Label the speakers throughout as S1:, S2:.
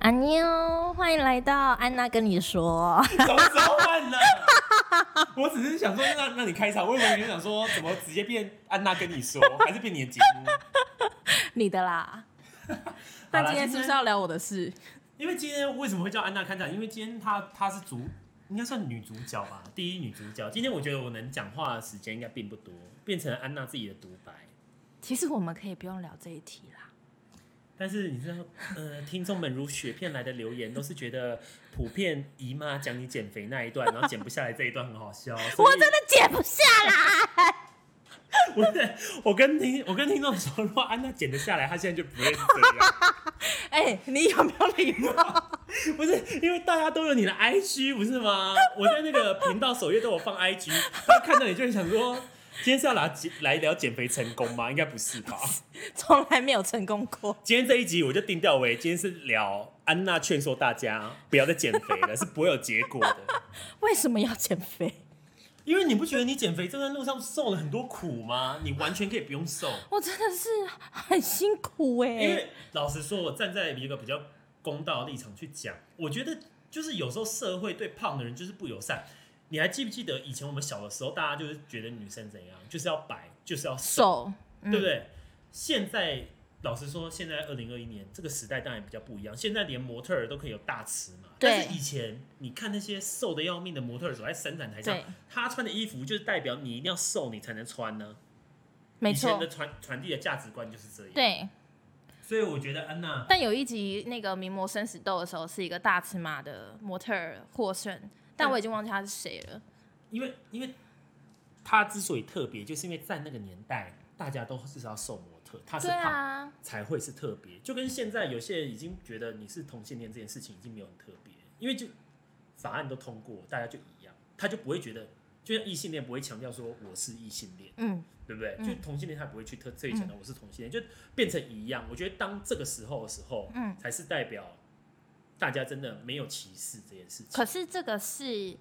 S1: 安妞，欢迎来到安娜跟 你说。
S2: 早早晚了。我只是想说让让你开场，我以为你想说怎么直接变安娜跟你说，还是变你的节目？
S1: 你的啦，
S2: 好
S3: 那
S2: 啦
S3: 今天是不是要聊我的事？
S2: 因为今天为什么会叫安娜看展？因为今天她她是主，应该算女主角吧，第一女主角。今天我觉得我能讲话的时间应该并不多，变成安娜自己的独白。
S3: 其实我们可以不用聊这一题啦。
S2: 但是你知道，呃，听众们如雪片来的留言都是觉得普遍姨妈讲你减肥那一段，然后减不下来这一段很好笑。所以
S1: 啊我真的解不下啦。
S2: 我我跟听我跟听众说，如果安娜减得下来，她现在就不会是这样。
S1: 哎、你有没有礼貌？
S2: 不是因为大家都有你的 IG 不是吗？我在那个频道首页都有放 IG，大家看到你就会想说，今天是要来减来聊减肥成功吗？应该不是吧？
S1: 从来没有成功过。
S2: 今天这一集我就定调为今天是聊安娜劝说大家不要再减肥了，是不会有结果的。
S1: 为什么要减肥？
S2: 因为你不觉得你减肥这段路上受了很多苦吗？你完全可以不用受。
S1: 我真的是很辛苦
S3: 欸
S1: 哎、
S2: 因为老实说，我站在一个比较公道的立场去讲，我觉得就是有时候社会对胖的人就是不友善。你还记不记得以前我们小的时候，大家就是觉得女生怎样，就是要白，就是要
S3: 手
S2: 瘦，对不
S1: 嗯
S2: 对？现在老实说，现在二零二一年这个时代当然比较不一样，现在连模特儿都可以有大尺码。
S1: 对
S2: 但是以前你看那些瘦的要命的模特儿走在生产台上
S1: 对，
S2: 她穿的衣服就是代表你一定要瘦你才能穿呢、
S1: 没
S2: 以前
S1: 错
S2: 的，传传递的价值观就是这样。
S1: 对。
S2: 所以我觉得安娜
S3: 但有一集那个名模生死斗的时候，是一个大尺码的模特儿获胜，
S1: 嗯
S3: 但我已经忘记他是谁了。
S2: 因为因为他之所以特别，就是因为在那个年代，大家都至少要瘦模特，他是
S3: 对
S2: 胖、
S3: 啊，
S2: 才会是特别。就跟现在有些人已经觉得你是同性恋这件事情已经没有很特别，因为就法案都通过，大家就一样，他就不会觉得，就像异性恋不会强调说我是异性恋，
S1: 嗯，
S2: 对不对？
S1: 嗯
S2: 就同性恋他不会去特特意强调我是同性恋，就变成一样。我觉得当这个时候的时候，
S1: 嗯，
S2: 才是代表大家真的没有歧视这件事情。
S1: 可是这个是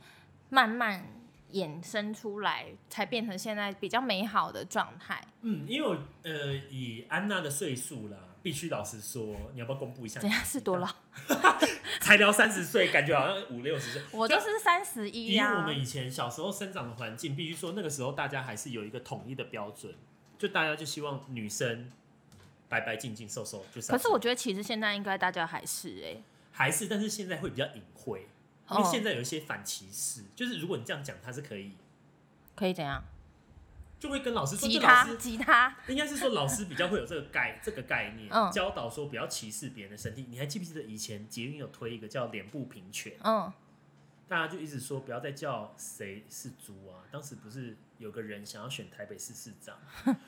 S1: 慢慢衍生出来，才变成现在比较美好的状态。
S2: 嗯，因为我呃，以安娜的岁数啦，必须老实说，你要不要公布一下？
S1: 怎样是 多老？？
S2: 啊才聊三十岁，感觉好像五六十岁。
S1: 我就是三十一啊
S2: 以我
S1: 呀
S2: 们。以前小时候生长的环境，必须说那个时候大家还是有一个统一的标准，就大家就希望女生白白净净、瘦瘦，就是。
S1: 可是我觉得其实现在应该大家还是哎、
S2: 还是，但是现在会比较隐晦，因为
S1: 哦
S2: 现在有一些反歧视，就是如果你这样讲，他是可以，
S1: 可以怎样？
S2: 就会跟老师说，
S1: 吉
S2: 这老
S1: 他，
S2: 师
S1: 吉他，
S2: 应该是说老师比较会有这个概这个概念，
S1: 嗯
S2: 教导说不要歧视别人的身体。你还记不记得以前捷运有推一个叫脸部平权，
S1: 嗯，
S2: 大家就一直说不要再叫谁是猪啊。当时不是有个人想要选台北市市 长，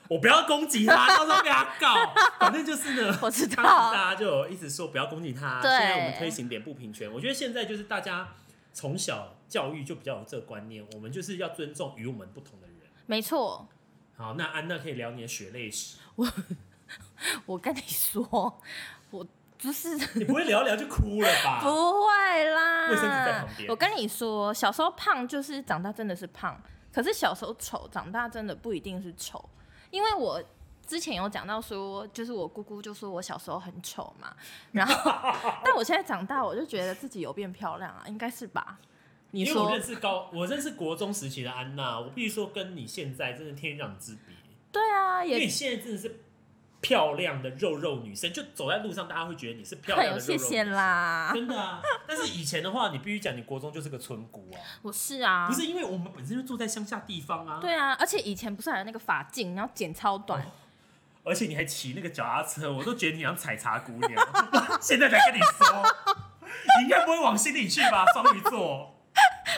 S2: 我不要攻击他，到时候被他告。反正就是呢，
S1: 我知道
S2: 当时大家就有一直说不要攻击他。
S1: 对
S2: 现在我们推行脸部平权，我觉得现在就是大家从小教育就比较有这个观念，我们就是要尊重与我们不同的人。
S1: 没错。
S2: 好，那安娜可以聊你的血泪史。
S1: 我跟你说，我就是
S2: 你不会聊一聊就哭了 吧？
S1: 不会
S2: 啊卫生纸在
S1: 啦
S2: 旁。边
S1: 我跟你说，小时候胖就是长大真的是胖，可是小时候丑，长大真的不一定是丑。因为我之前有讲到说，就是我姑姑就说我小时候很丑 嘛，然后但我现在长大，我就觉得自己有变漂亮啊，应该是吧？你
S2: 因为我
S1: 说
S2: 认识高，我认识国中时期的安娜，我必须说跟你现在真的天壤之别，
S1: 对啊，
S2: 因为
S1: 也
S2: 你现在真的是漂亮的肉肉女生，就走在路上大家会觉得你是漂
S1: 哎
S2: 亮的
S1: 呦，
S2: 肉肉
S1: 谢
S2: 女生，
S1: 谢啦，
S2: 真的啊。但是以前的话，你必须讲你国中就是个村姑啊，
S1: 我是啊，
S2: 不是因为我们本身就住在乡下地方啊，，
S1: 对啊，而且以前不是还有那个发镜，然后剪超
S2: 哦
S1: 短，
S2: 而且你还骑那个脚踏车，我都觉得你像采茶姑娘， 现在才跟你说， 你应该不会往心里去吧，双鱼座。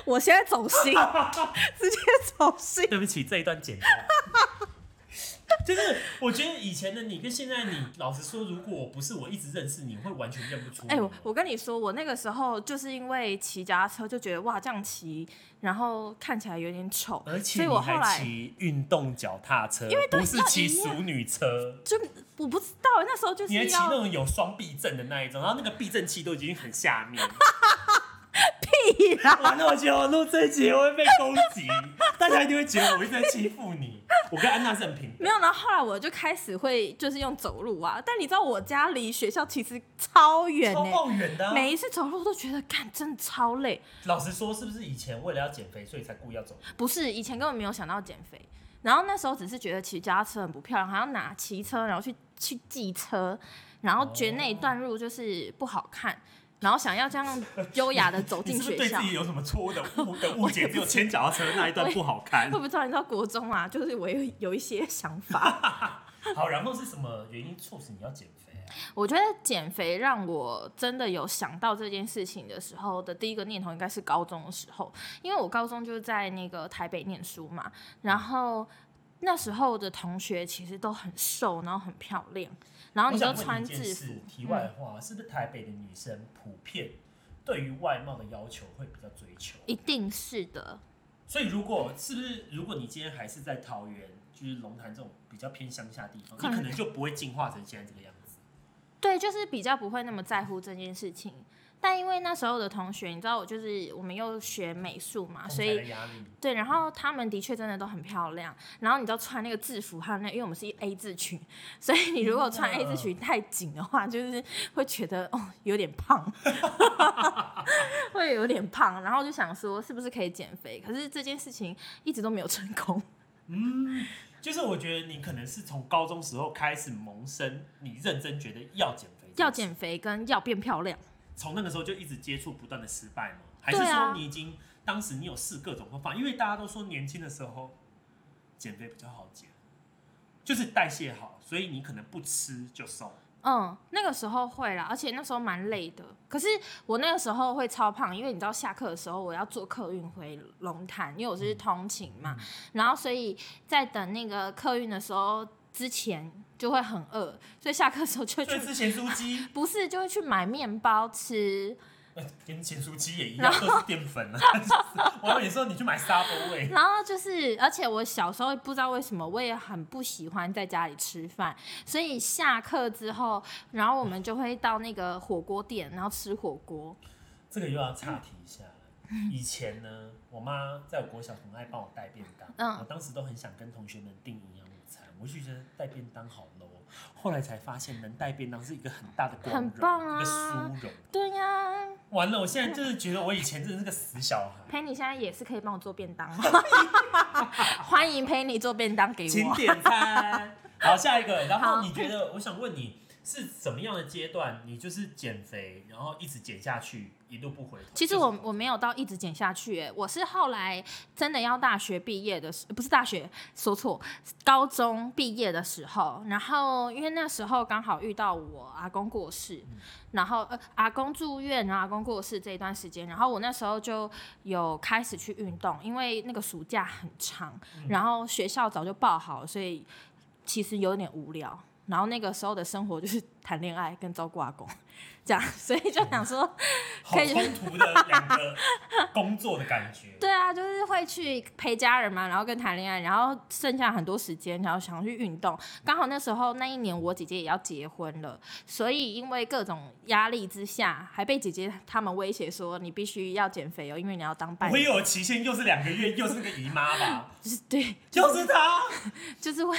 S1: 我现在走心， 直接走心。
S2: 对不起，这一段剪掉。就是我觉得以前的你跟现在你，老实说，如果不是我一直认识你，我会完全认不出你。
S1: 哎、我我跟你说，我那个时候就是因为骑脚踏车就觉得哇这样骑，然后看起来有点丑，
S2: 而且
S1: 所以
S2: 你
S1: 我后
S2: 还
S1: 来
S2: 骑运动脚踏车，
S1: 因为都
S2: 不是
S1: 要
S2: 骑
S1: 一样
S2: 熟 女车，
S1: 就我不知道那时候就是
S2: 你还骑那
S1: 要
S2: 种有双避震的那一种，然后那个避震器都已经很下面。
S1: 屁啦！
S2: 完了，我觉得我录这一集我会被攻击，大家一定会觉得我一直在欺负你。我跟安娜是很平等
S1: 没有，然后后来我就开始会就是用走路啊，但你知道我家离学校其实超远
S2: 超
S1: 呢、
S2: 抱怨的啊、
S1: 每一次走路都觉得干真的超累。
S2: 老实说，是不是以前为了要减肥，所以才故意要走？
S1: 不是以前根本没有想到减肥，然后那时候只是觉得骑脚踏车很不漂亮，还要拿骑车然后去去寄车，然后觉得那一段路就是不好看，然后想要这样优雅的走
S2: 你
S1: 进
S2: 是不
S1: 学
S2: 是对
S1: 校
S2: 自。己有什么错误的误的误解？只有牵脚踏车那一段不好 看
S1: 会。不会突然到国中啊？就是我有有一些想法，
S2: 好，然后是什么原因促使你要减肥啊？
S1: 我觉得减肥让我真的有想到这件事情的时候的第一个念头应该是高中的时候，因为我高中就是在那个台北念书嘛，然后那时候的同学其实都很瘦，然后很漂亮，然后
S2: 我
S1: 你都
S2: 想问
S1: 穿
S2: 一件
S1: 制
S2: 事
S1: 服，
S2: 题外话，是不是台北的女生普遍对于外貌的要求会比较追求？
S1: 一定是的，
S2: 所以如果是不是如果你今天还是在桃园，就是龙潭这种比较偏乡下地方，
S1: 可
S2: 你
S1: 能
S2: 可能就不会进化成现在这个样子。
S1: 对，就是比较不会那么在乎这件事情。但因为那时候的同学，你知道我就是我们又学美术嘛，啊所以
S2: 同侪的压力
S1: 对，然后她们的确真的都很漂亮。然后你知道穿那个制服，还有那因为我们是 A 字裙，所以你如果穿 A 字裙太紧的话，就是会觉得哦有点胖， 会有点胖。然后就想说是不是可以减肥？可是这件事情一直都没有成功。
S2: 就是我觉得你可能是从高中时候开始萌生，你认真觉得要减肥，
S1: 要，减肥跟要变漂亮，
S2: 从那个时候就一直接触不断的失败吗？还是
S1: 对啊
S2: 说你已经当时你有试各种方法？因为大家都说年轻的时候减肥比较好减，就是代谢好，所以你可能不吃就瘦。
S1: 嗯，那个时候会啦，而且那时候蛮累的。可是我那个时候会超胖，因为你知道下课的时候我要坐客运回龙潭，因为我是通勤嘛，然后所以在等那个客运的时候之前就会很饿，所以下课的时候 就
S2: 所以
S1: 去
S2: 吃咸酥 鸡，
S1: 不是就会去买面包吃，
S2: 呃跟咸酥鸡也 一样，都是淀粉啊。 就是我有你说你去买 Subway，
S1: 然后就是，而且我小时候不知道为什么，我也很不喜欢在家里吃饭，所以下课之后，然后我们就会到那个火锅店，然后吃火锅。
S2: 这个又要岔题一下了。
S1: 嗯
S2: 以前呢，我妈在我国小很爱帮我带便当，
S1: 嗯
S2: 我当时都很想跟同学们订营养午餐，我就觉得带便当好 low 哦。后来才发现，能带便当是一个很大的光荣，
S1: 很棒啊
S2: 一个殊荣。
S1: 对呀、
S2: 完了，我现在就是觉得我以前真的是个死小 孩。
S1: 陪你现在也是可以帮我做便当， 欢迎陪你做便当给
S2: 请
S1: 我。
S2: 点餐。好，下一个。然后
S1: 好
S2: 你觉得，我想问你是怎么样的阶段？你就是减肥，然后一直减下去，一路不回头。
S1: 其实
S2: 就是
S1: 我我没有到一直减下去、欸，我是后来真的要大学毕业的时，不是大学，说错，高中毕业的时候，然后因为那时候刚好遇到我阿公过世，
S2: 嗯
S1: 然后呃阿公住院，然后阿公过世这一段时间，然后我那时候就有开始去运动，因为那个暑假很长，
S2: 嗯
S1: 然后学校早就报好，所以其实有点无聊。然后那个时候的生活就是谈恋爱跟照顾阿公，这样，所以就想说
S2: 好
S1: 可以
S2: 冲突的两个工作的感觉。
S1: 对啊，就是会去陪家人嘛，然后跟谈恋爱，然后剩下很多时间，然后想要去运动。刚好那时候那一年我姐姐也要结婚了，所以因为各种压力之下，还被姐姐他们威胁说你必须要减肥哦，因为你要当伴
S2: 我也
S1: 娘。
S2: 有期限，又是两个月，又是那个姨妈吧，
S1: 就是对，
S2: 就是她。
S1: 就是会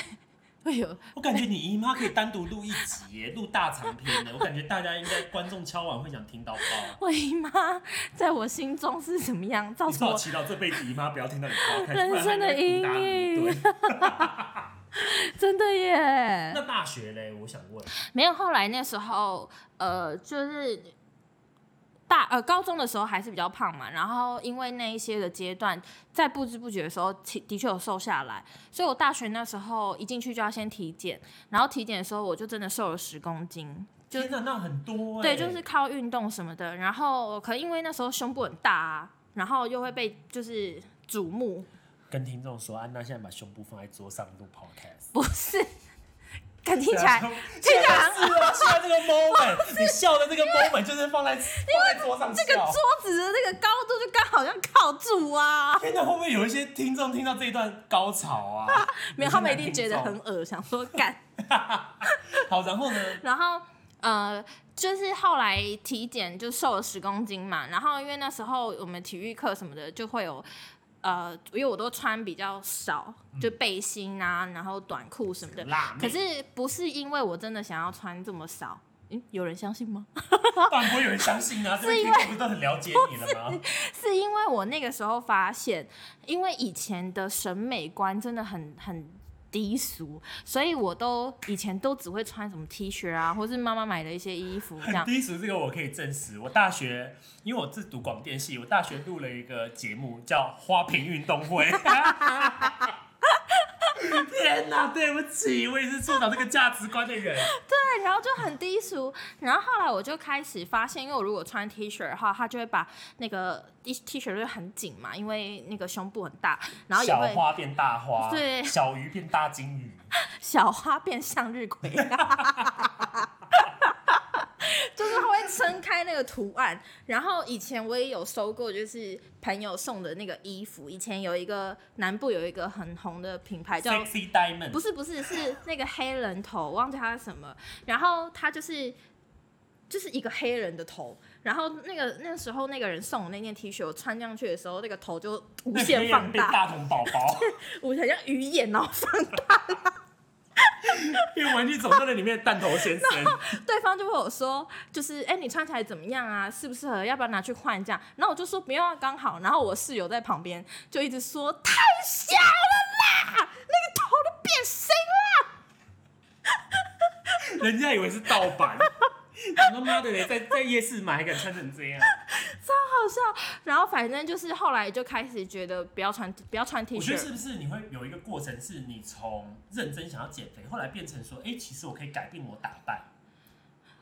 S1: 会有
S2: 我感觉你姨妈可以单独录一集耶，录大长篇的。我感觉大家应该观众敲完会想听到爆。啊
S1: 我姨妈在我心中是怎么样，造
S2: 你
S1: 成
S2: 说我
S1: 我
S2: 祈祷这辈子姨妈不要听到你爆，
S1: 人生的阴
S2: 不然她应该毒打你一顿。
S1: 真的耶。
S2: 那大学嘞，我想问，
S1: 没有，后来那时候呃，就是大呃高中的时候还是比较胖嘛，然后因为那一些的阶段，在不知不觉的时候，其的确有瘦下来。所以我大学那时候一进去就要先体检，然后体检的时候我就真的瘦了十公斤。就
S2: 天哪，那很多哎。
S1: 对，就是靠运动什么的，然后可因为那时候胸部很大啊，然后又会被就是瞩目，
S2: 跟听众说，安娜现在把胸部放在桌上录 podcast，
S1: 不是， 敢听起来
S2: 听起来是哦，现在这个 moment，你笑的这个 moment 就是放在放在桌上
S1: 这个
S2: 笑
S1: 桌子的那个高度就刚好像靠住啊。
S2: 天哪，会不会有一些听众听到这一段高潮啊？
S1: 没有，他们一定觉得很
S2: 有些男
S1: 恶，想说干。
S2: 听众好。然后呢，
S1: 然后呃，就是后来体检就瘦了十公斤嘛，然后因为那时候我们体育课什么的就会有，呃，因为我都穿比较少，就背心啊，然后短裤什么的。
S2: 嗯辣妹
S1: 可，是不是因为我真的想要穿这么少？嗯，有人相信吗？
S2: 当然不会有人相信啊，这边听众不是都很了解你 了吗？
S1: 是因为我那个时候发现，因为以前的审美观真的很很低俗，所以我都以前都只会穿什么 T 恤啊，或是妈妈买的一些衣服这样。
S2: 低俗这个我可以证实，我大学因为我自读广电系，我大学录了一个节目叫《花瓶运动 会》。天哪，对不起，我也是受到这个价值观的人。
S1: 对，然后就很低俗。然后后来我就开始发现，因为我如果穿 T 恤的话，它就会把那个 T T 恤就会很紧嘛，因为那个胸部很大，然后也
S2: 小
S1: 会
S2: 花变大花，
S1: 对
S2: 小鱼变大金鱼。
S1: 小花变向日葵， 就是它会撑开那个图案。然后以前我也有收过，就是朋友送的那个衣服。以前有一个南部有一个很红的品牌叫
S2: Sexy Diamond
S1: 不是不是是那个黑人头，忘记他是什么。然后他就是就是一个黑人的头，然后那个那时候那个人送我那件 T 恤，我穿上去的时候，那个头就无
S2: 那
S1: 限
S2: 边
S1: 放
S2: 变
S1: 大，
S2: 大童宝宝，
S1: 我很像鱼眼，哦然后放
S2: 因为玩具总动员里面的弹头先生，
S1: 对方就会有说，就是哎、你穿起来怎么样啊？适不适合？要不要拿去换这样？然后我就说不用啊，刚好。然后我室友在旁边就一直说太小了啦，那个头都变形啦。
S2: 人家以为是盗版。他妈的嘞，在在夜市买还敢穿成这样？
S1: 然后反正就是后来就开始觉得不要穿不要穿 T
S2: 我觉得
S1: 恤，
S2: 是不是你会有一个过程，是你从认真想要减肥，后来变成说，哎、其实我可以改变我打扮，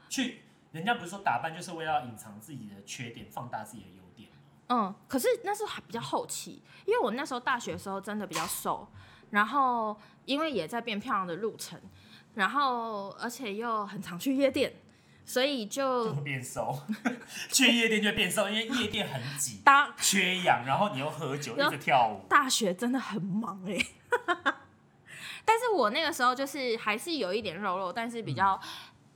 S2: 去人家不是说打扮就是为了隐藏自己的缺点，放大自己的优点吗？
S1: 嗯，可是那时候还比较后期，因为我那时候大学的时候真的比较瘦，然后因为也在变漂亮的路程，然后而且又很常去夜店，所以
S2: 就
S1: 就
S2: 会变瘦， 去夜店就会变瘦，因为夜店很挤，
S1: 当
S2: 缺氧，然后你又喝酒，一直跳舞。
S1: 大学真的很忙
S2: 欸
S1: 哎、但是我那个时候就是还是有一点肉肉，但是比较、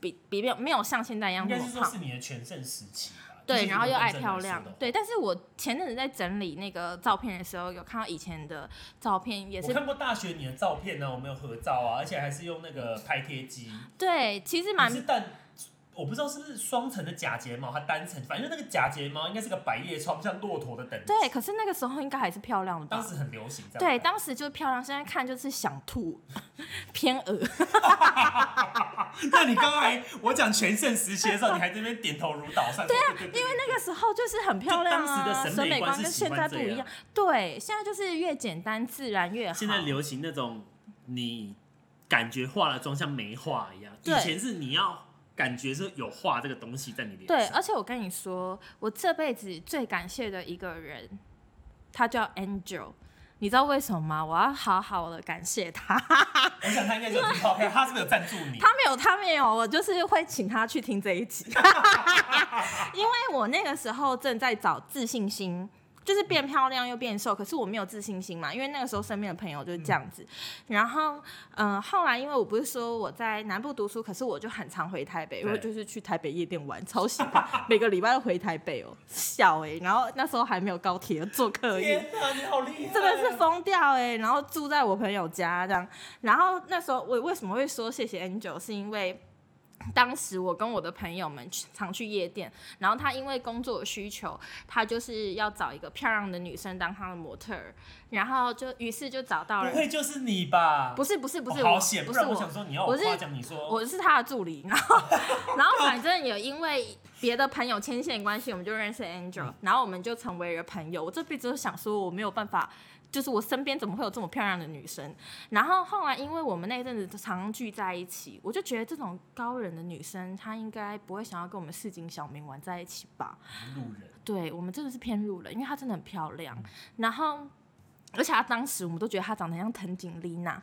S1: 比比没有没有像现在一样
S2: 嗯应
S1: 那
S2: 该
S1: 么
S2: 是说
S1: 胖
S2: 是。你的全盛时期吧。
S1: 对，
S2: 就是
S1: 然后又爱
S2: 认真来
S1: 漂
S2: 说
S1: 亮
S2: 的话，
S1: 对。但是我前阵子在整理那个照片的时候，有看到以前的照片，也
S2: 我
S1: 是
S2: 看过大学你的照片呢、我们有合照啊，而且还是用那个拍贴机。
S1: 对，其实
S2: 你
S1: 蛮
S2: 是但我不知道是不是双层的假睫毛，还单层，反正那个假睫毛应该是个百叶窗，像骆驼的等级。
S1: 对。可是那个时候应该还是漂亮的
S2: 当
S1: 吧？
S2: 时很流行这样。
S1: 对，当时就是漂亮，现在看就是想吐， 偏恶。
S2: 那你刚才我讲全盛时期的时候，你还在那边点头如捣蒜。对啊，因为
S1: 那个时候就是很漂亮
S2: 就当时
S1: 啊，
S2: 的审
S1: 审
S2: 美
S1: 美
S2: 观
S1: 观
S2: 是
S1: 跟
S2: 喜欢
S1: 现在不
S2: 这
S1: 一
S2: 样
S1: 样。对，现在就是越简单自然越好。
S2: 现在流行那种你感觉化了妆像没化一样，以
S1: 对
S2: 前是你要感觉是有化这个东西在你脸
S1: 对，
S2: 上。
S1: 而且我跟你说，我这辈子最感谢的一个人，他叫 Angel。你知道为什么吗？我要好好的感谢他。
S2: 我想他应该是有听到，他是不是有赞助你？
S1: 他没有，他没有，我就是会请他去听这一 集，因为我那个时候正在找自信心。就是变漂亮又变瘦，可是我没有自信心嘛，因为那个时候身边的朋友就是这样子。然后，嗯、后来因为我不是说我在南部读书，可是我就很常回台北，
S2: 对
S1: 我就是去台北夜店玩，超喜欢，每个礼拜都回台北哦，笑哎、然后那时候还没有高铁，坐客运，
S2: 天哪，你好厉害！
S1: 真的是疯掉哎、然后住在我朋友家这样，然后那时候我为什么会说谢谢 Angel，是因为当时我跟我的朋友们去常去夜店，然后他因为工作的需求，他就是要找一个漂亮的女生当他的模特儿，然后就于是就找到了
S2: 不，会就是你吧？
S1: 不是不是不是
S2: 哦好
S1: 我
S2: 险，
S1: 不是
S2: 然我
S1: 我
S2: 想说你要我
S1: 我是
S2: 夸奖你说，
S1: 我是他的助理，然后然后反正也因为别的朋友牵线关系，我们就认识 Angel，、然后我们就成为了朋友。我这辈子都想说我没有办法，就是我身边怎么会有这么漂亮的女生？然后后来因为我们那一阵子常常聚在一起，我就觉得这种高冷的女生，她应该不会想要跟我们市井小民玩在一起吧？
S2: 路人，
S1: 对我们真的是偏路了，因为她真的很漂亮，然后。而且她当时我们都觉得她长得像藤井莉娜，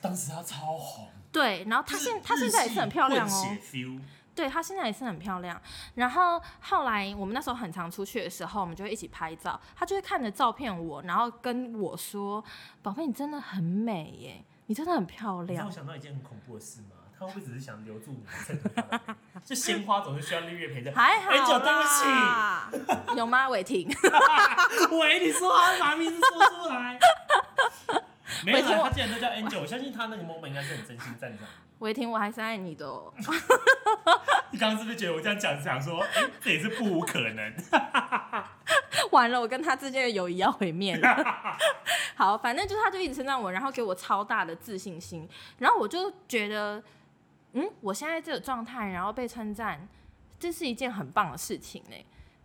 S2: 当时他超红，
S1: 对，然后她现她现在也是很漂亮哦，
S2: 就是日系混血 feel
S1: 对她现在也是很漂亮。然后后来我们那时候很常出去的时候，我们就会一起拍照，她就会看着照片我，然后跟我说：“宝贝，你真的很美耶，你真的很漂
S2: 你知道
S1: 亮
S2: 我。想到一件很恐怖的事吗？他他会不会只是想留住你衬托他的美？就鲜花总是需要日月陪 着。
S1: 还好
S2: 哎
S1: 啦
S2: 九，对
S1: 不起，有吗？伟霆，
S2: 喂，你说他把名字说 出来。没有
S1: 伟霆
S2: 啦，
S1: 我
S2: 他既然都叫 Angel，我相信他那个 moment 应该是很真心赞赏你。
S1: 伟霆，我还是爱你的哦。
S2: 你刚刚是不是觉得我这样讲想说，哎、这也是不无可能？
S1: 完了，我跟他之间的友谊要毁灭了。 好，反正就是他就一直称赞我，然后给我超大的自信心，然后我就觉得，嗯，我现在这个状态，然后被称赞，这是一件很棒的事情呢。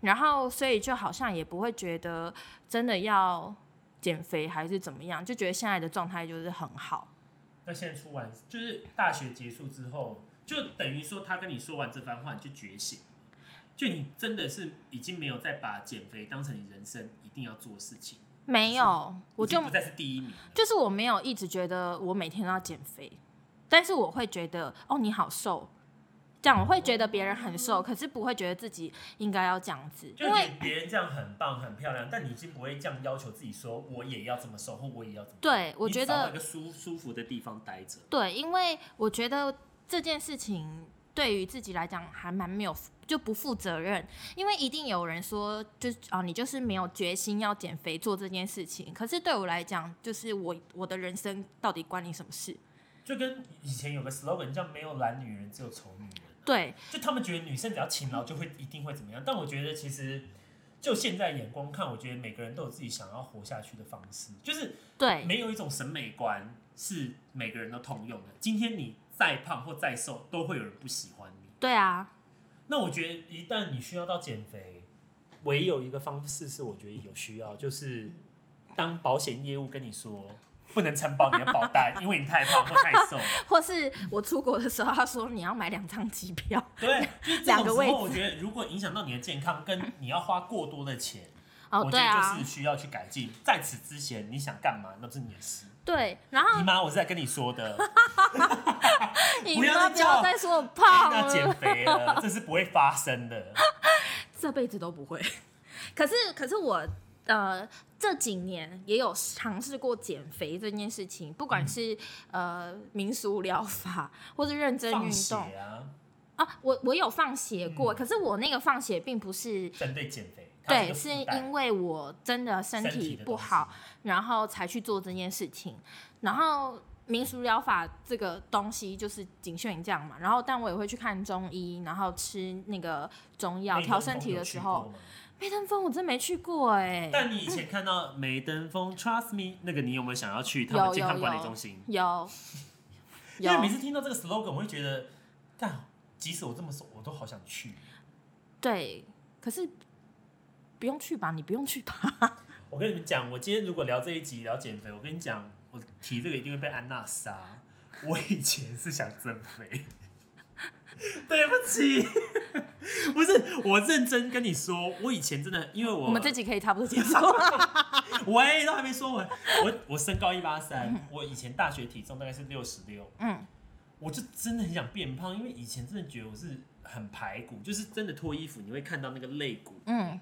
S1: 然后，所以就好像也不会觉得真的要减肥还是怎么样，就觉得现在的状态就是很好。
S2: 那现在出完就是大学结束之后，就等于说他跟你说完这番话，你就觉醒，就你真的是已经没有再把减肥当成你人生一定要做的事情，
S1: 没有，我
S2: 已经
S1: 就
S2: 不再是第一名了。
S1: 就是我没有一直觉得我每天都要减肥，但是我会觉得哦你好瘦，这样我会觉得别人很瘦，可是不会觉得自己应该要这样子，
S2: 就
S1: 因为
S2: 你别人这样很棒很漂亮，但你已经不会这样要求自己说我也要这么瘦或我也要怎么。
S1: 对我觉
S2: 你找到一
S1: 得
S2: 个舒舒服的地方待着，
S1: 对，因为我觉得这件事情对于自己来讲还蛮没有就不负责任，因为一定有人说就是啊、你就是没有决心要减肥做这件事情，可是对我来讲就是我我的人生到底关你什么事？
S2: 就跟以前有个 slogan 叫“没有懒女人，只有丑女人”。
S1: 对，
S2: 就他们觉得女生只要勤劳就会一定会怎么样，但我觉得其实就现在眼光看，我觉得每个人都有自己想要活下去的方式，就是
S1: 对，
S2: 没有一种审美观是每个人都通用的。今天你再胖或再瘦，都会有人不喜欢你。
S1: 对啊，
S2: 那我觉得一旦你需要到减肥，唯有一个方式是我觉得有需要，就是当保险业务跟你 说。不能承保你的保单，因为你太胖或太瘦。
S1: 或是我出国的时候，他说你要买两张机票。
S2: 对，就是这
S1: 两
S2: 种时
S1: 个位
S2: 候，我觉得如果影响到你的健康，跟你要花过多的钱，
S1: 哦，
S2: 我觉
S1: 对
S2: 得
S1: 啊
S2: 就是，需要去改进。在此之前，你想干嘛那是你的事。
S1: 对。然后
S2: 姨妈，我是在跟你 说的，哎
S1: 你
S2: 不要
S1: 妈
S2: 再
S1: 不
S2: 叫
S1: 要再说我胖
S2: 要减
S1: 了，
S2: 肥了，这是不会发生的。
S1: 这辈子都不会。可是，可是我呃这几年也有尝试过减肥这件事情，不
S2: 嗯
S1: 管是、呃民俗疗法，或是认真
S2: 放
S1: 运
S2: 血
S1: 动
S2: 啊，
S1: 啊，我我有放血过，
S2: 嗯啊
S1: 可是我那个放血并不是。
S2: 针对减肥，它一
S1: 对，
S2: 个
S1: 是
S2: 负担
S1: 因为我真的身
S2: 身
S1: 体
S2: 的
S1: 不
S2: 东西
S1: 好，，然后才去做这件事情。然后民俗疗法这个东西就是仅限于这样嘛。然后，但我也会去看中医，然后吃那个中药
S2: 梅
S1: 调
S2: 登
S1: 身
S2: 峰
S1: 体
S2: 有
S1: 的
S2: 去
S1: 时
S2: 过
S1: 候。
S2: 吗
S1: 梅登峰我真没去过哎、
S2: 但你以前看到梅登峰，Trust me，那个你有没有想要去他
S1: 有
S2: 们健
S1: 有
S2: 康管理
S1: 有
S2: 中心？
S1: 有
S2: 因为每
S1: 有
S2: 次听到这个 slogan，我会觉得，干，即使我这么瘦，我都好想去。
S1: 对，可是不用去吧，你不用去吧。
S2: 我跟你们讲，我今天如果聊这一集聊减肥，我跟你讲，我提这个一定会被安娜杀。我以前是想增肥，对不起，不是我认真跟你说，我以前真的因为我
S1: 我们这集可以差不多结束 了。
S2: 喂都还没说完，我我身高一八三，我以前大学体重大概是六十六，
S1: 嗯，
S2: 我就真的很想变胖，因为以前真的觉得我是很排骨，就是真的脱衣服你会看到那个肋骨，
S1: 嗯，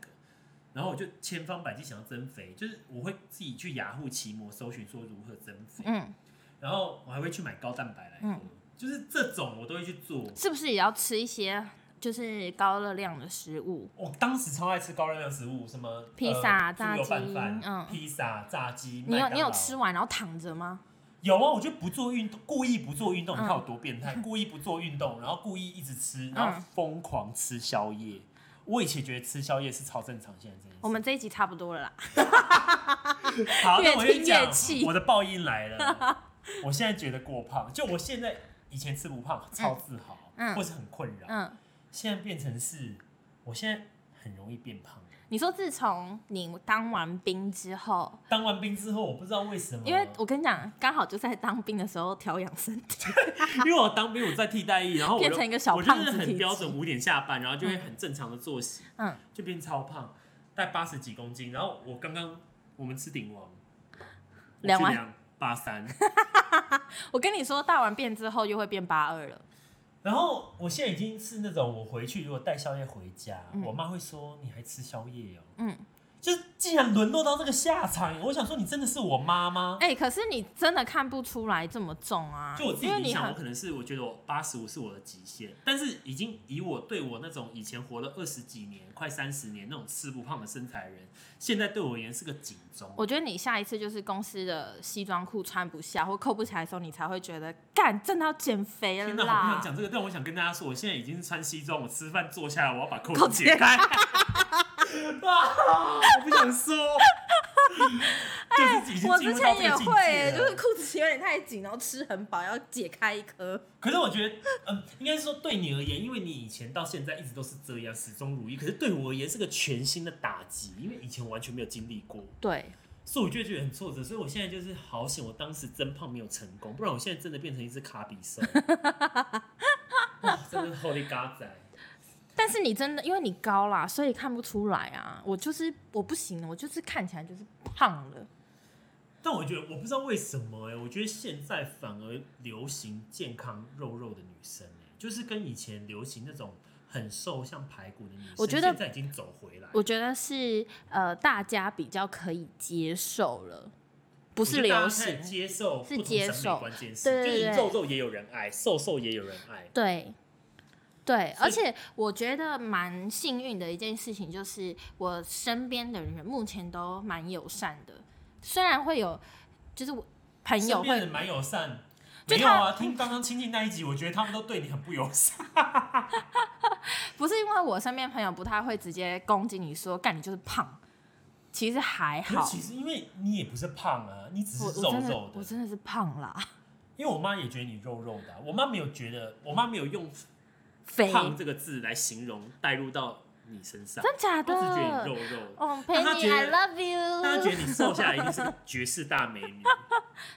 S2: 然后我就千方百计想要增肥，就是我会自己去雅虎奇摩搜寻说如何增肥，
S1: 嗯，
S2: 然后我还会去买高蛋白来喝，就是这种我都会去做。
S1: 是不是也要吃一些就是高热量的食物？
S2: 我当时超爱吃高热量食物，什么
S1: 披萨
S2: 呃、
S1: 炸
S2: 猪油拌
S1: 鸡
S2: 饭、
S1: 嗯
S2: 披萨、炸鸡。
S1: 你有
S2: 麦当
S1: 你有
S2: 劳
S1: 吃完然后躺着吗？
S2: 有啊，我就不做运动，故意不做运动，你
S1: 嗯
S2: 看我多变态，故意不做运动，然后故意一直吃，然后
S1: 嗯
S2: 疯狂吃宵夜。我以前觉得吃宵夜是超正常，现在真的是。
S1: 我们这一集差不多了啦。
S2: 好，那我
S1: 越
S2: 跟
S1: 听
S2: 你
S1: 越
S2: 讲
S1: 气，
S2: 我的报应来 了。我现在觉得过胖，就我现在以前吃不胖，超自豪，
S1: 嗯
S2: 或是很困扰。
S1: 嗯，
S2: 现在变成是，我现在很容易变胖。
S1: 你说自从你当完兵之后，
S2: 当完兵之后，我不知道为什么，
S1: 因为我跟你讲，刚好就在当兵的时候调养身体，
S2: 因为我当兵，我在替代役，然后我就
S1: 变成一个小
S2: 我就是
S1: 胖子体质
S2: 很标准，五点下班，然后就会很正常的作息，
S1: 嗯，
S2: 就变超胖，大概八十几公斤。然后我刚刚我们吃鼎王，我
S1: 量
S2: 去
S1: 完
S2: 量八三，
S1: 我跟你说，大完便之后又会变八二了。
S2: 然后我现在已经是那种，我回去如果带宵夜回家，我妈会说你还吃宵夜哦、
S1: 嗯，
S2: 就是竟然沦落到这个下场，我想说你真的是我妈吗？
S1: 哎、可是你真的看不出来这么重啊，
S2: 就我自己
S1: 因为
S2: 理
S1: 你
S2: 想，我
S1: 很
S2: 可能是我觉得我八十五是我的极限，但是已经以我对我那种以前活了二十几年、快三十年那种吃不胖的身材的人，现在对我而言是个警钟。
S1: 我觉得你下一次就是公司的西装裤穿不下或扣不起来的时候，你才会觉得干，真的要减肥了
S2: 天哪，我不想
S1: 啦。
S2: 讲这个，但我想跟大家说，我现在已经是穿西装，我吃饭坐下来，我要把扣
S1: 扣
S2: 子解 开。 啊！我不想说，就是已经
S1: 哎我
S2: 进
S1: 之
S2: 入
S1: 前
S2: 到这
S1: 也
S2: 个境
S1: 会、
S2: 界了。
S1: 就是裤子有点太紧，然后吃很饱，要解开一颗。
S2: 可是我觉得，嗯，应该是说对你而言，因为你以前到现在一直都是这样，始终如一。可是对我而言是个全新的打击，因为以前完全没有经历过，
S1: 对，
S2: 所以我就觉得很挫折。所以我现在就是好险，我当时增胖没有成功，不然我现在真的变成一只卡比 兽。哇，真的 Holy God 仔！
S1: 但是你真的因为你高啦，所以看不出来啊。我就是我不行了，我就是看起来就是胖了。
S2: 但我觉得我不知道为什么哎、我觉得现在反而流行健康肉肉的女生哎、就是跟以前流行那种很瘦像排骨的女生，
S1: 我觉得
S2: 现在已经走回来。
S1: 我觉得是呃，大家比较可以接受了，不
S2: 不
S1: 是流行。
S2: 接受
S1: 是
S2: 不同
S1: 接
S2: 审美
S1: 受
S2: 关键是
S1: 对对
S2: 就是
S1: 对
S2: 肉肉也有人爱，瘦瘦也有人爱。
S1: 对，对，
S2: 所以
S1: 而且我觉得蛮幸运的一件事情，就是我身边的人目前都蛮友善的，虽然会有就是我朋友
S2: 身边
S1: 会
S2: 人蛮友善，
S1: 就
S2: 没有
S1: 他
S2: 啊？听刚刚亲近那一集，我觉得他们都对你很不友善。
S1: 不是因为我身边朋友不太会直接攻击你说干你就是胖，其实还
S2: 可
S1: 好
S2: 是，其实因为你也不是胖啊，你只
S1: 我
S2: 是
S1: 我
S2: 肉
S1: 真的
S2: 肉
S1: 我真的是胖 啦，
S2: 因为我妈也觉得你肉肉的啊、我妈没有觉得，我妈没有用“
S1: 肥，
S2: 胖”
S1: 真
S2: 这个字来形容带入到你身上，
S1: 假
S2: 她只觉得你
S1: 的？
S2: 肉肉的。
S1: 哦，陪
S2: 但他觉
S1: 你
S2: 得
S1: ，I love
S2: 大家觉
S1: you，
S2: 得你瘦下来一定是个绝世大 美女，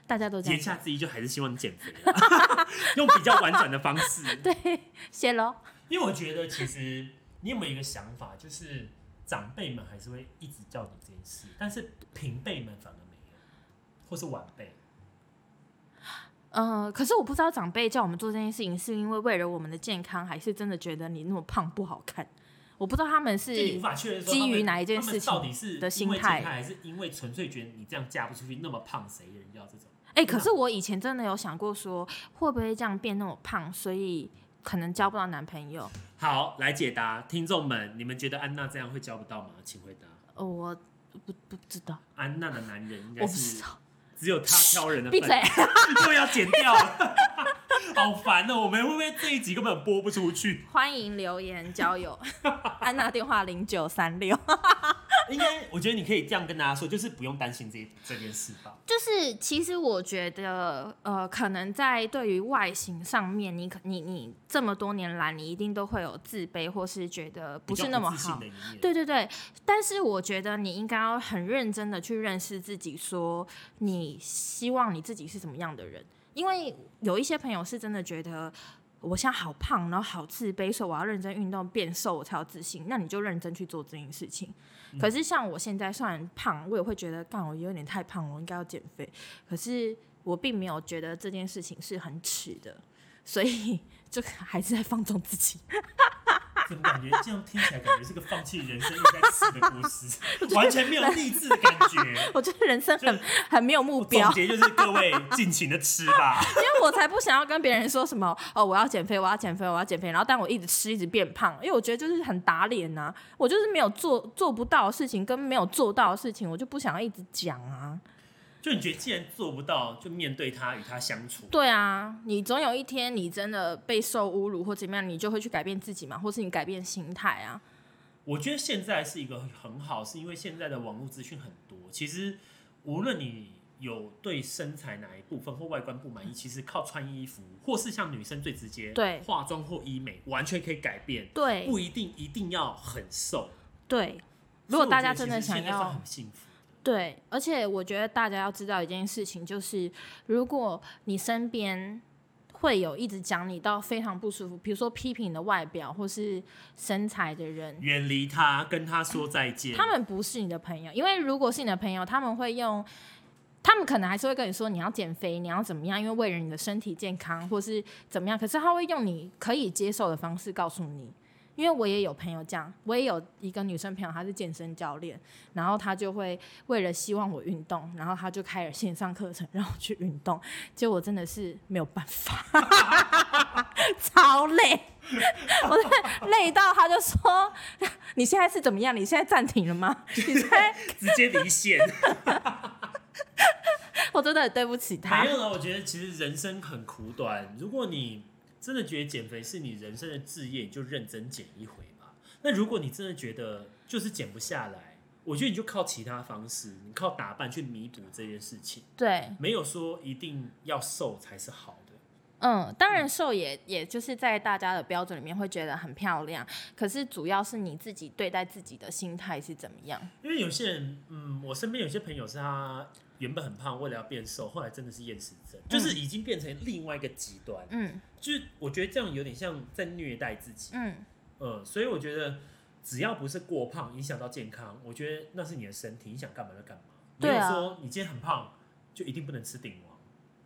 S1: 大家都这
S2: 言
S1: 样
S2: 下
S1: 讲，
S2: 之意就还是希望你减肥啊， 用比较婉转的方式。
S1: 对，谢喽。
S2: 因为我觉得其实你有没有一个想法，就是长辈们还是会一直叫你这件事，但是平辈们反而没有，或是晚辈。
S1: 呃，可是我不知道长辈叫我们做这件事情，是因为为了我们的健康，还是真的觉得你那么胖不好看？我不知道他们
S2: 就你
S1: 是
S2: 无法确认说他们
S1: 基于哪一件事情
S2: 他们到底是
S1: 的心
S2: 因为
S1: 态
S2: 健康还是因为纯粹觉得你这样嫁不出去，那么胖谁人要这种？
S1: 哎、可是我以前真的有想过说，会不会这样变那么胖，所以可能交不到男朋友？
S2: 好，来解答听众们，你们觉得安娜这样会交不到吗？请回答。
S1: 呃、我不不知道，
S2: 安娜的男人应
S1: 我
S2: 该
S1: 不知
S2: 是
S1: 道，
S2: 只有他挑人的
S1: 闭
S2: 份，
S1: 嘴！
S2: 又要剪掉 了，好烦哦！我们会不会这一集根本播不出去？
S1: 欢迎留言交 友，安娜电话零九三六。
S2: 应该，我觉得你可以这样跟大家说，就是不用担心这这件事吧。
S1: 就是其实我觉得，呃，可能在对于外形上面，你可你你这么多年来，你一定都会有自卑，或是觉得不是那么
S2: 比较
S1: 好
S2: 不自。信的一面，
S1: 对对对，但是我觉得你应该要很认真的去认识自己，说你希望你自己是什么样的人。因为有一些朋友是真的觉得我现在好胖，然后好自卑，所以我要认真运动变瘦，我才有自信。那你就认真去做这件事情。可是像我现在虽然胖，我也会觉得干我有点太胖了，我应该要减肥。可是我并没有觉得这件事情是很耻的，所以 就还是在放纵自己。
S2: 怎么感觉这样听起来感觉是个放弃人生应该死的故 事，完全没有励志的感觉。
S1: 我觉得人生很
S2: 就
S1: 很没有目标
S2: 总。结就是各位尽情的吃吧。
S1: 因为我才不想要跟别人说什么哦，我要减肥，我要减肥，我要减肥，然后但我一直吃，一直变胖，因为我觉得就是很打脸呐、我就是没有做做不到的事情，跟没有做到的事情，我就不想要一直讲啊。
S2: 就你觉得既然做不到，就面对他与他相处。
S1: 对啊，你总有一天你真的被受侮辱或怎么样，你就会去改变自己嘛，或是你改变心态啊。
S2: 我觉得现在是一个很好，是因为现在的网络资讯很多。其实无论你有对身材哪一部分或外观不满意，其实靠穿衣服，或是像女生最直接，
S1: 对
S2: 化妆或医美，完全可以改变，
S1: 对
S2: 不一定一定要很瘦。
S1: 对，如果大家真的
S2: 所以
S1: 想
S2: 我觉得其实现在
S1: 要
S2: 是很幸福的，
S1: 对，而且我觉得大家要知道一件事情，就是如果你身边会有一直讲你到非常不舒服，比如说批评你的外表或是身材的人，
S2: 远离他，跟他说再见。
S1: 他们不是你的朋友，因为如果是你的朋友，他们会用。他们可能还是会跟你说你要减肥，你要怎么样，因为为了你的身体健康或是怎么样。可是他会用你可以接受的方式告诉你，因为我也有朋友这样，我也有一个女生朋友，她是健身教练，然后她就会为了希望我运动，然后她就开了线上课程让我去运动， 结果我真的是没有办法， 超累，我真的累到她就说：“你现在是怎么样？你现在暂停了 吗？你现在
S2: 直接离线。
S1: 我真的很对不起她
S2: 还。有呢，啊我觉得其实人生很苦短，如果你真的觉得减肥是你人生的志业，你就认真减一回吧。那如果你真的觉得就是减不下来，我觉得你就靠其他方式，你靠打扮去弥补这件事情，”
S1: 对，
S2: 没有说一定要瘦才是好的。
S1: 嗯，当然瘦也也就是在大家的标准里面会觉得很漂亮，可是主要是你自己对待自己的心态是怎么样。
S2: 因为有些人，嗯，我身边有些朋友是他原本很胖，为了要变瘦，后来真的是厌食症，就是已经变成另外一个极端。
S1: 嗯
S2: 就是我觉得这样有点像在虐待自己。
S1: 嗯，
S2: 嗯，所以我觉得只要不是过胖影响到健康，我觉得那是你的身体，你想干嘛就干嘛。没
S1: 对
S2: 有
S1: 啊
S2: 说你今天很胖就一定不能吃鼎王，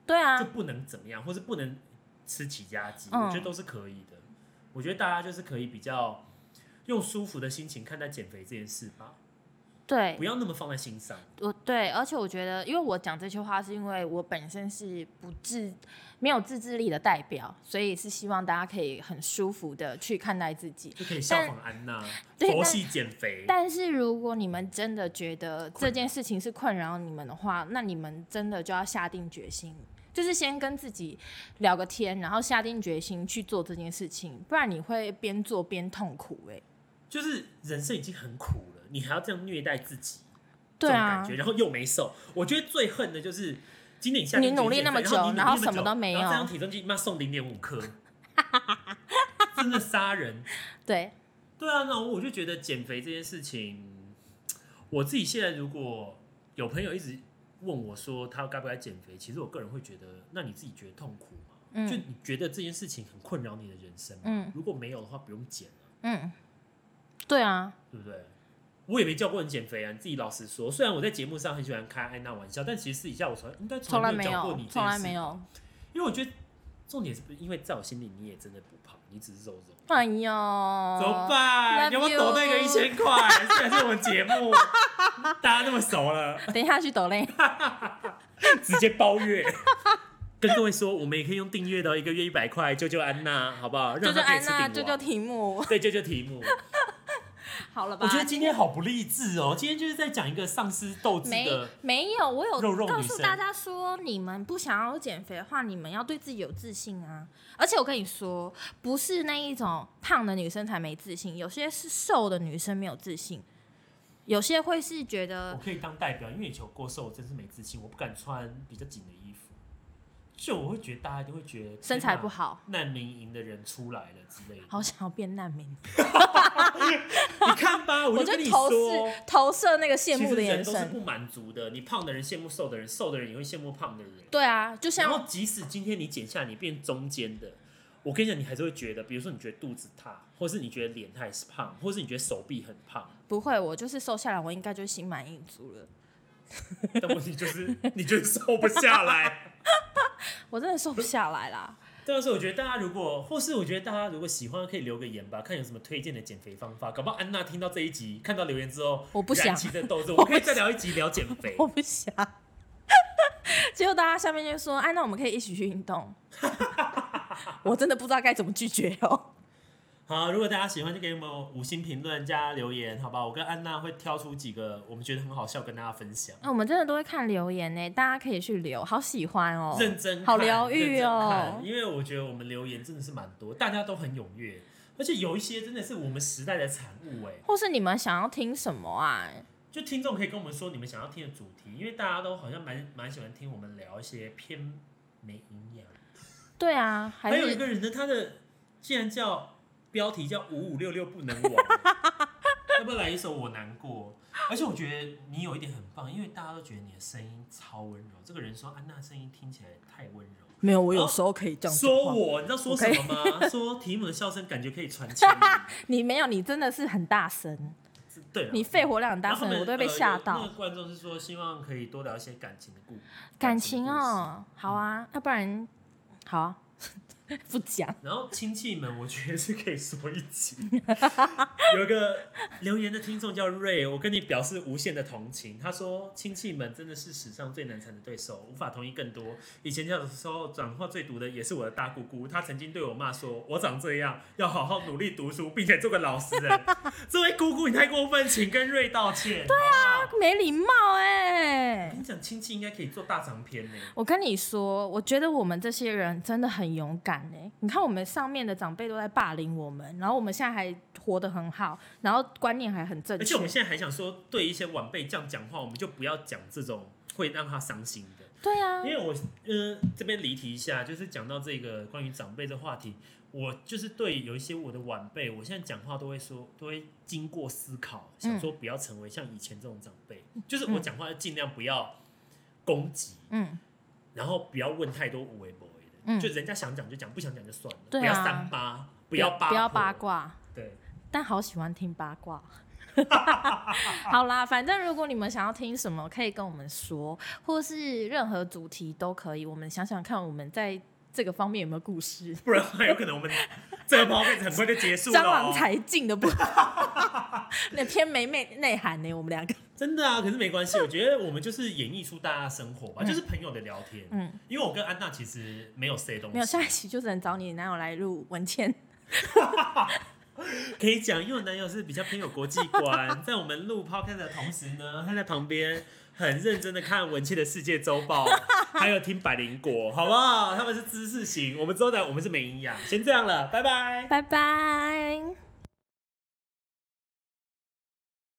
S1: 对啊
S2: 就，不能怎么样，或是不能吃起家鸡，
S1: 嗯
S2: 我觉得都是可以的。我觉得大家就是可以比较用舒服的心情看待减肥这件事吧，
S1: 对
S2: 不，要那么放在心上。
S1: 我对，而且我觉得，因为我讲这句话是因为我本身是不自没有自制力的代表，所以是希望大家可以很舒服的去看待自己。
S2: 就可以效仿安娜，
S1: 对
S2: 佛
S1: 但
S2: 系减肥。
S1: 但是如果你们真的觉得这件事情是困扰你们的话，那你们真的就要下定决心，就是先跟自己聊个天，然后下定决心去做这件事情，不然你会边做边痛苦、欸。哎，
S2: 就是人生已经很苦了，你还要这样虐待自己，
S1: 对
S2: 这种
S1: 啊
S2: 感觉，，然后又没瘦。我觉得最恨的就是今年夏天
S1: 你努力那么久
S2: 然后你
S1: 然后什么都没有
S2: 然后这样体重计妈送零点五 克，真的杀人。
S1: 对，
S2: 对啊，那我就觉得减肥这件事情，我自己现在如果有朋友一直问我说他该不该减肥，其实我个人会觉得，那你自己觉得痛苦吗？
S1: 嗯
S2: 就你觉得这件事情很困扰你的人生吗？
S1: 嗯
S2: 如果没有的话，不用减了，
S1: 嗯，对啊，
S2: 对不对？我也没叫过人减肥啊，你自己老实说。虽然我在节目上很喜欢开安娜玩笑，但其实私底下我从来应该
S1: 从来
S2: 没
S1: 没
S2: 有讲过
S1: 有
S2: 你，这
S1: 从
S2: 件
S1: 来
S2: 事
S1: 没，有。
S2: 因为我觉得重点是不是因为在我心里你也真的不胖，你只是肉肉。
S1: 哎呦，怎
S2: 怎么办？
S1: Love
S2: 你要不要抖那个一
S1: you
S2: 千块？虽然是我们节目，大家那么熟了，
S1: 等一下去抖 嘞。
S2: 直接包月。跟各位说，我们也可以用订阅的哦，一个月一百块，救救安娜，好不好？
S1: 救
S2: 让
S1: 救
S2: 她可以
S1: 安
S2: 吃
S1: 娜，
S2: 鼎
S1: 救
S2: 王
S1: 救题目，
S2: 对，救救题目。
S1: 好了吧？
S2: 我觉得今天好不励志哦，今天就是在讲一个丧失斗志
S1: 没
S2: 的。
S1: 没有，我有
S2: 肉肉
S1: 告
S2: 女
S1: 诉
S2: 生
S1: 大家说，你们不想要减肥的话，你们要对自己有自信啊。而且我跟你说，不是那一种胖的女生才没自信，有些是瘦的女生没有自信，有些会是觉
S2: 我
S1: 得
S2: 可以当代表，因为以前我过瘦，我真是没自信，我不敢穿比较紧的衣服，就我会觉得大家一定会觉得
S1: 身材不
S2: 好，
S1: 好，
S2: 难民营的人出来了之类的。
S1: 好想要变难民，
S2: 你看吧，我
S1: 我
S2: 就跟你
S1: 投
S2: 说
S1: 射，投射那个羡
S2: 其
S1: 慕
S2: 实
S1: 的
S2: 人
S1: 眼
S2: 都是
S1: 神。
S2: 不满足的，你胖的人羡慕瘦的人，瘦的人也会羡慕胖的人。
S1: 对啊，就
S2: 然
S1: 像
S2: 后即使今天你减下，你变中间的，我跟你讲，你还是会觉得，比如说你觉得肚子大，或是你觉得脸太胖，或是你觉得手臂很胖，
S1: 不会，我就是瘦下来，我应该就心满意足了。
S2: 但问题就是 你就是瘦不下来。
S1: 我真的瘦不下来啦。
S2: 对啊，所以我觉得大家如果，或是我觉得大家如果喜欢，可以留个言吧，看有什么推荐的减肥方法。搞不好安娜听到这一集，看到留言之后，
S1: 我不想
S2: 燃起的斗志，我们可以再聊一集聊减 肥。
S1: 我不想。结果大家下面就说：“哎、那我们可以一起去运动。” 我真的不知道该怎么拒绝哦。
S2: 好，啊如果大家喜欢，就给我们五星评论加留言，好吧？我跟安娜会挑出几个我们觉得很好笑，跟大家分享。
S1: 哦那、我们真的都会看留言呢，大家可以去留，好喜欢哦，
S2: 认真看，
S1: 好疗
S2: 认
S1: 愈
S2: 真
S1: 哦
S2: 看。因为我觉得我们留言真的是蛮多，大家都很踊跃，而且有一些真的是我们时代的产物哎。
S1: 或是你们想要听什么啊？
S2: 就听众可以跟我们说你们想要听的主题，因为大家都好像蛮蛮喜欢听我们聊一些偏没营养。
S1: 对啊，还
S2: 还有一
S1: 是
S2: 个人呢，他的竟然叫标题叫五五六六不能 玩，要不要来一首我难过？而且我觉得你有一点很棒，因为大家都觉得你的声音超温柔。这个人说安娜声音听起来太温柔。
S1: 没有，我
S2: 有时
S1: 候可以这
S2: 哦说我，你知道说什 么吗？说提姆的笑声感觉可以传千里。
S1: 你没有，你真的是很大声，
S2: 对啊，
S1: 你肺活量很大
S2: 然后
S1: 声
S2: 他，们
S1: 我都会被
S2: 呃有
S1: 吓
S2: 那
S1: 到
S2: 个。观众是说希望可以多聊一些感情的故
S1: 感情哦
S2: 故事
S1: 哦，好啊，要不然好啊， 不讲，
S2: 然后亲戚们，我觉得是可以说一 集。有一个留言的听众叫瑞，我跟你表示无限的同情。他说，亲戚们真的是史上最难缠的对手，无法同意更多。以前小的时候，转化最毒的也是我的大姑姑，她曾经对我妈说：“我长这样，要好好努力读书，并且做个老实人。” 这位姑姑，你太过分，请跟瑞道歉。对啊，
S1: 没礼貌哎、
S2: 我跟你讲，亲戚应该可以做大长篇呢。
S1: 我跟你说，我觉得我们这些人真的很勇敢哎、你看，我们上面的长辈都在霸凌我们，然后我们现在还活得很好，然后观念还很正
S2: 而且
S1: 确
S2: 我。们现在还想说，对一些晚辈这样讲话，我们就不要讲这种会让他伤心的。
S1: 对啊
S2: 因，为我嗯、呃、这边离题一下，就是讲到这个关于长辈这话题，我就是对有一些我的晚辈，我现在讲话都会说，都会经过思考，
S1: 嗯
S2: 想说不要成为像以前这种长辈，就是我讲话尽量不要攻击，
S1: 嗯，
S2: 然后不要问太多无为不为的，
S1: 嗯
S2: 就人家想讲就讲，不想讲就算了，
S1: 对啊
S2: 不要三八，不要八，
S1: 不要八，卦。
S2: 对，
S1: 但好喜欢听八卦。 好啦，反正如果你们想要听什么，可以跟我们说，或是任何主题都可以。我们想想看，我们在这个方面有没有故事？
S2: 不然的话有可能我们这个 p o d 很快就结束了、
S1: 蟑螂
S2: 哦。
S1: 才进的不， 那偏没内内涵呢、我们两个，
S2: 真的啊，可是没关系，我觉得我们就是演绎出大家的生活吧，就是朋友的聊天。
S1: 嗯，
S2: 因为我跟安娜其实没有 say 东西，
S1: 没有下一期就只能找你男友来录文倩。
S2: 可以讲，因为我男友是比较偏有国际观，在我们录 podcast 的同时呢，他在旁边很认真的看文倩的世界周报，还有听百灵果，好不好？他们是知识型，我们之后呢，我们是没营养，先这样了，拜拜。
S1: 拜拜。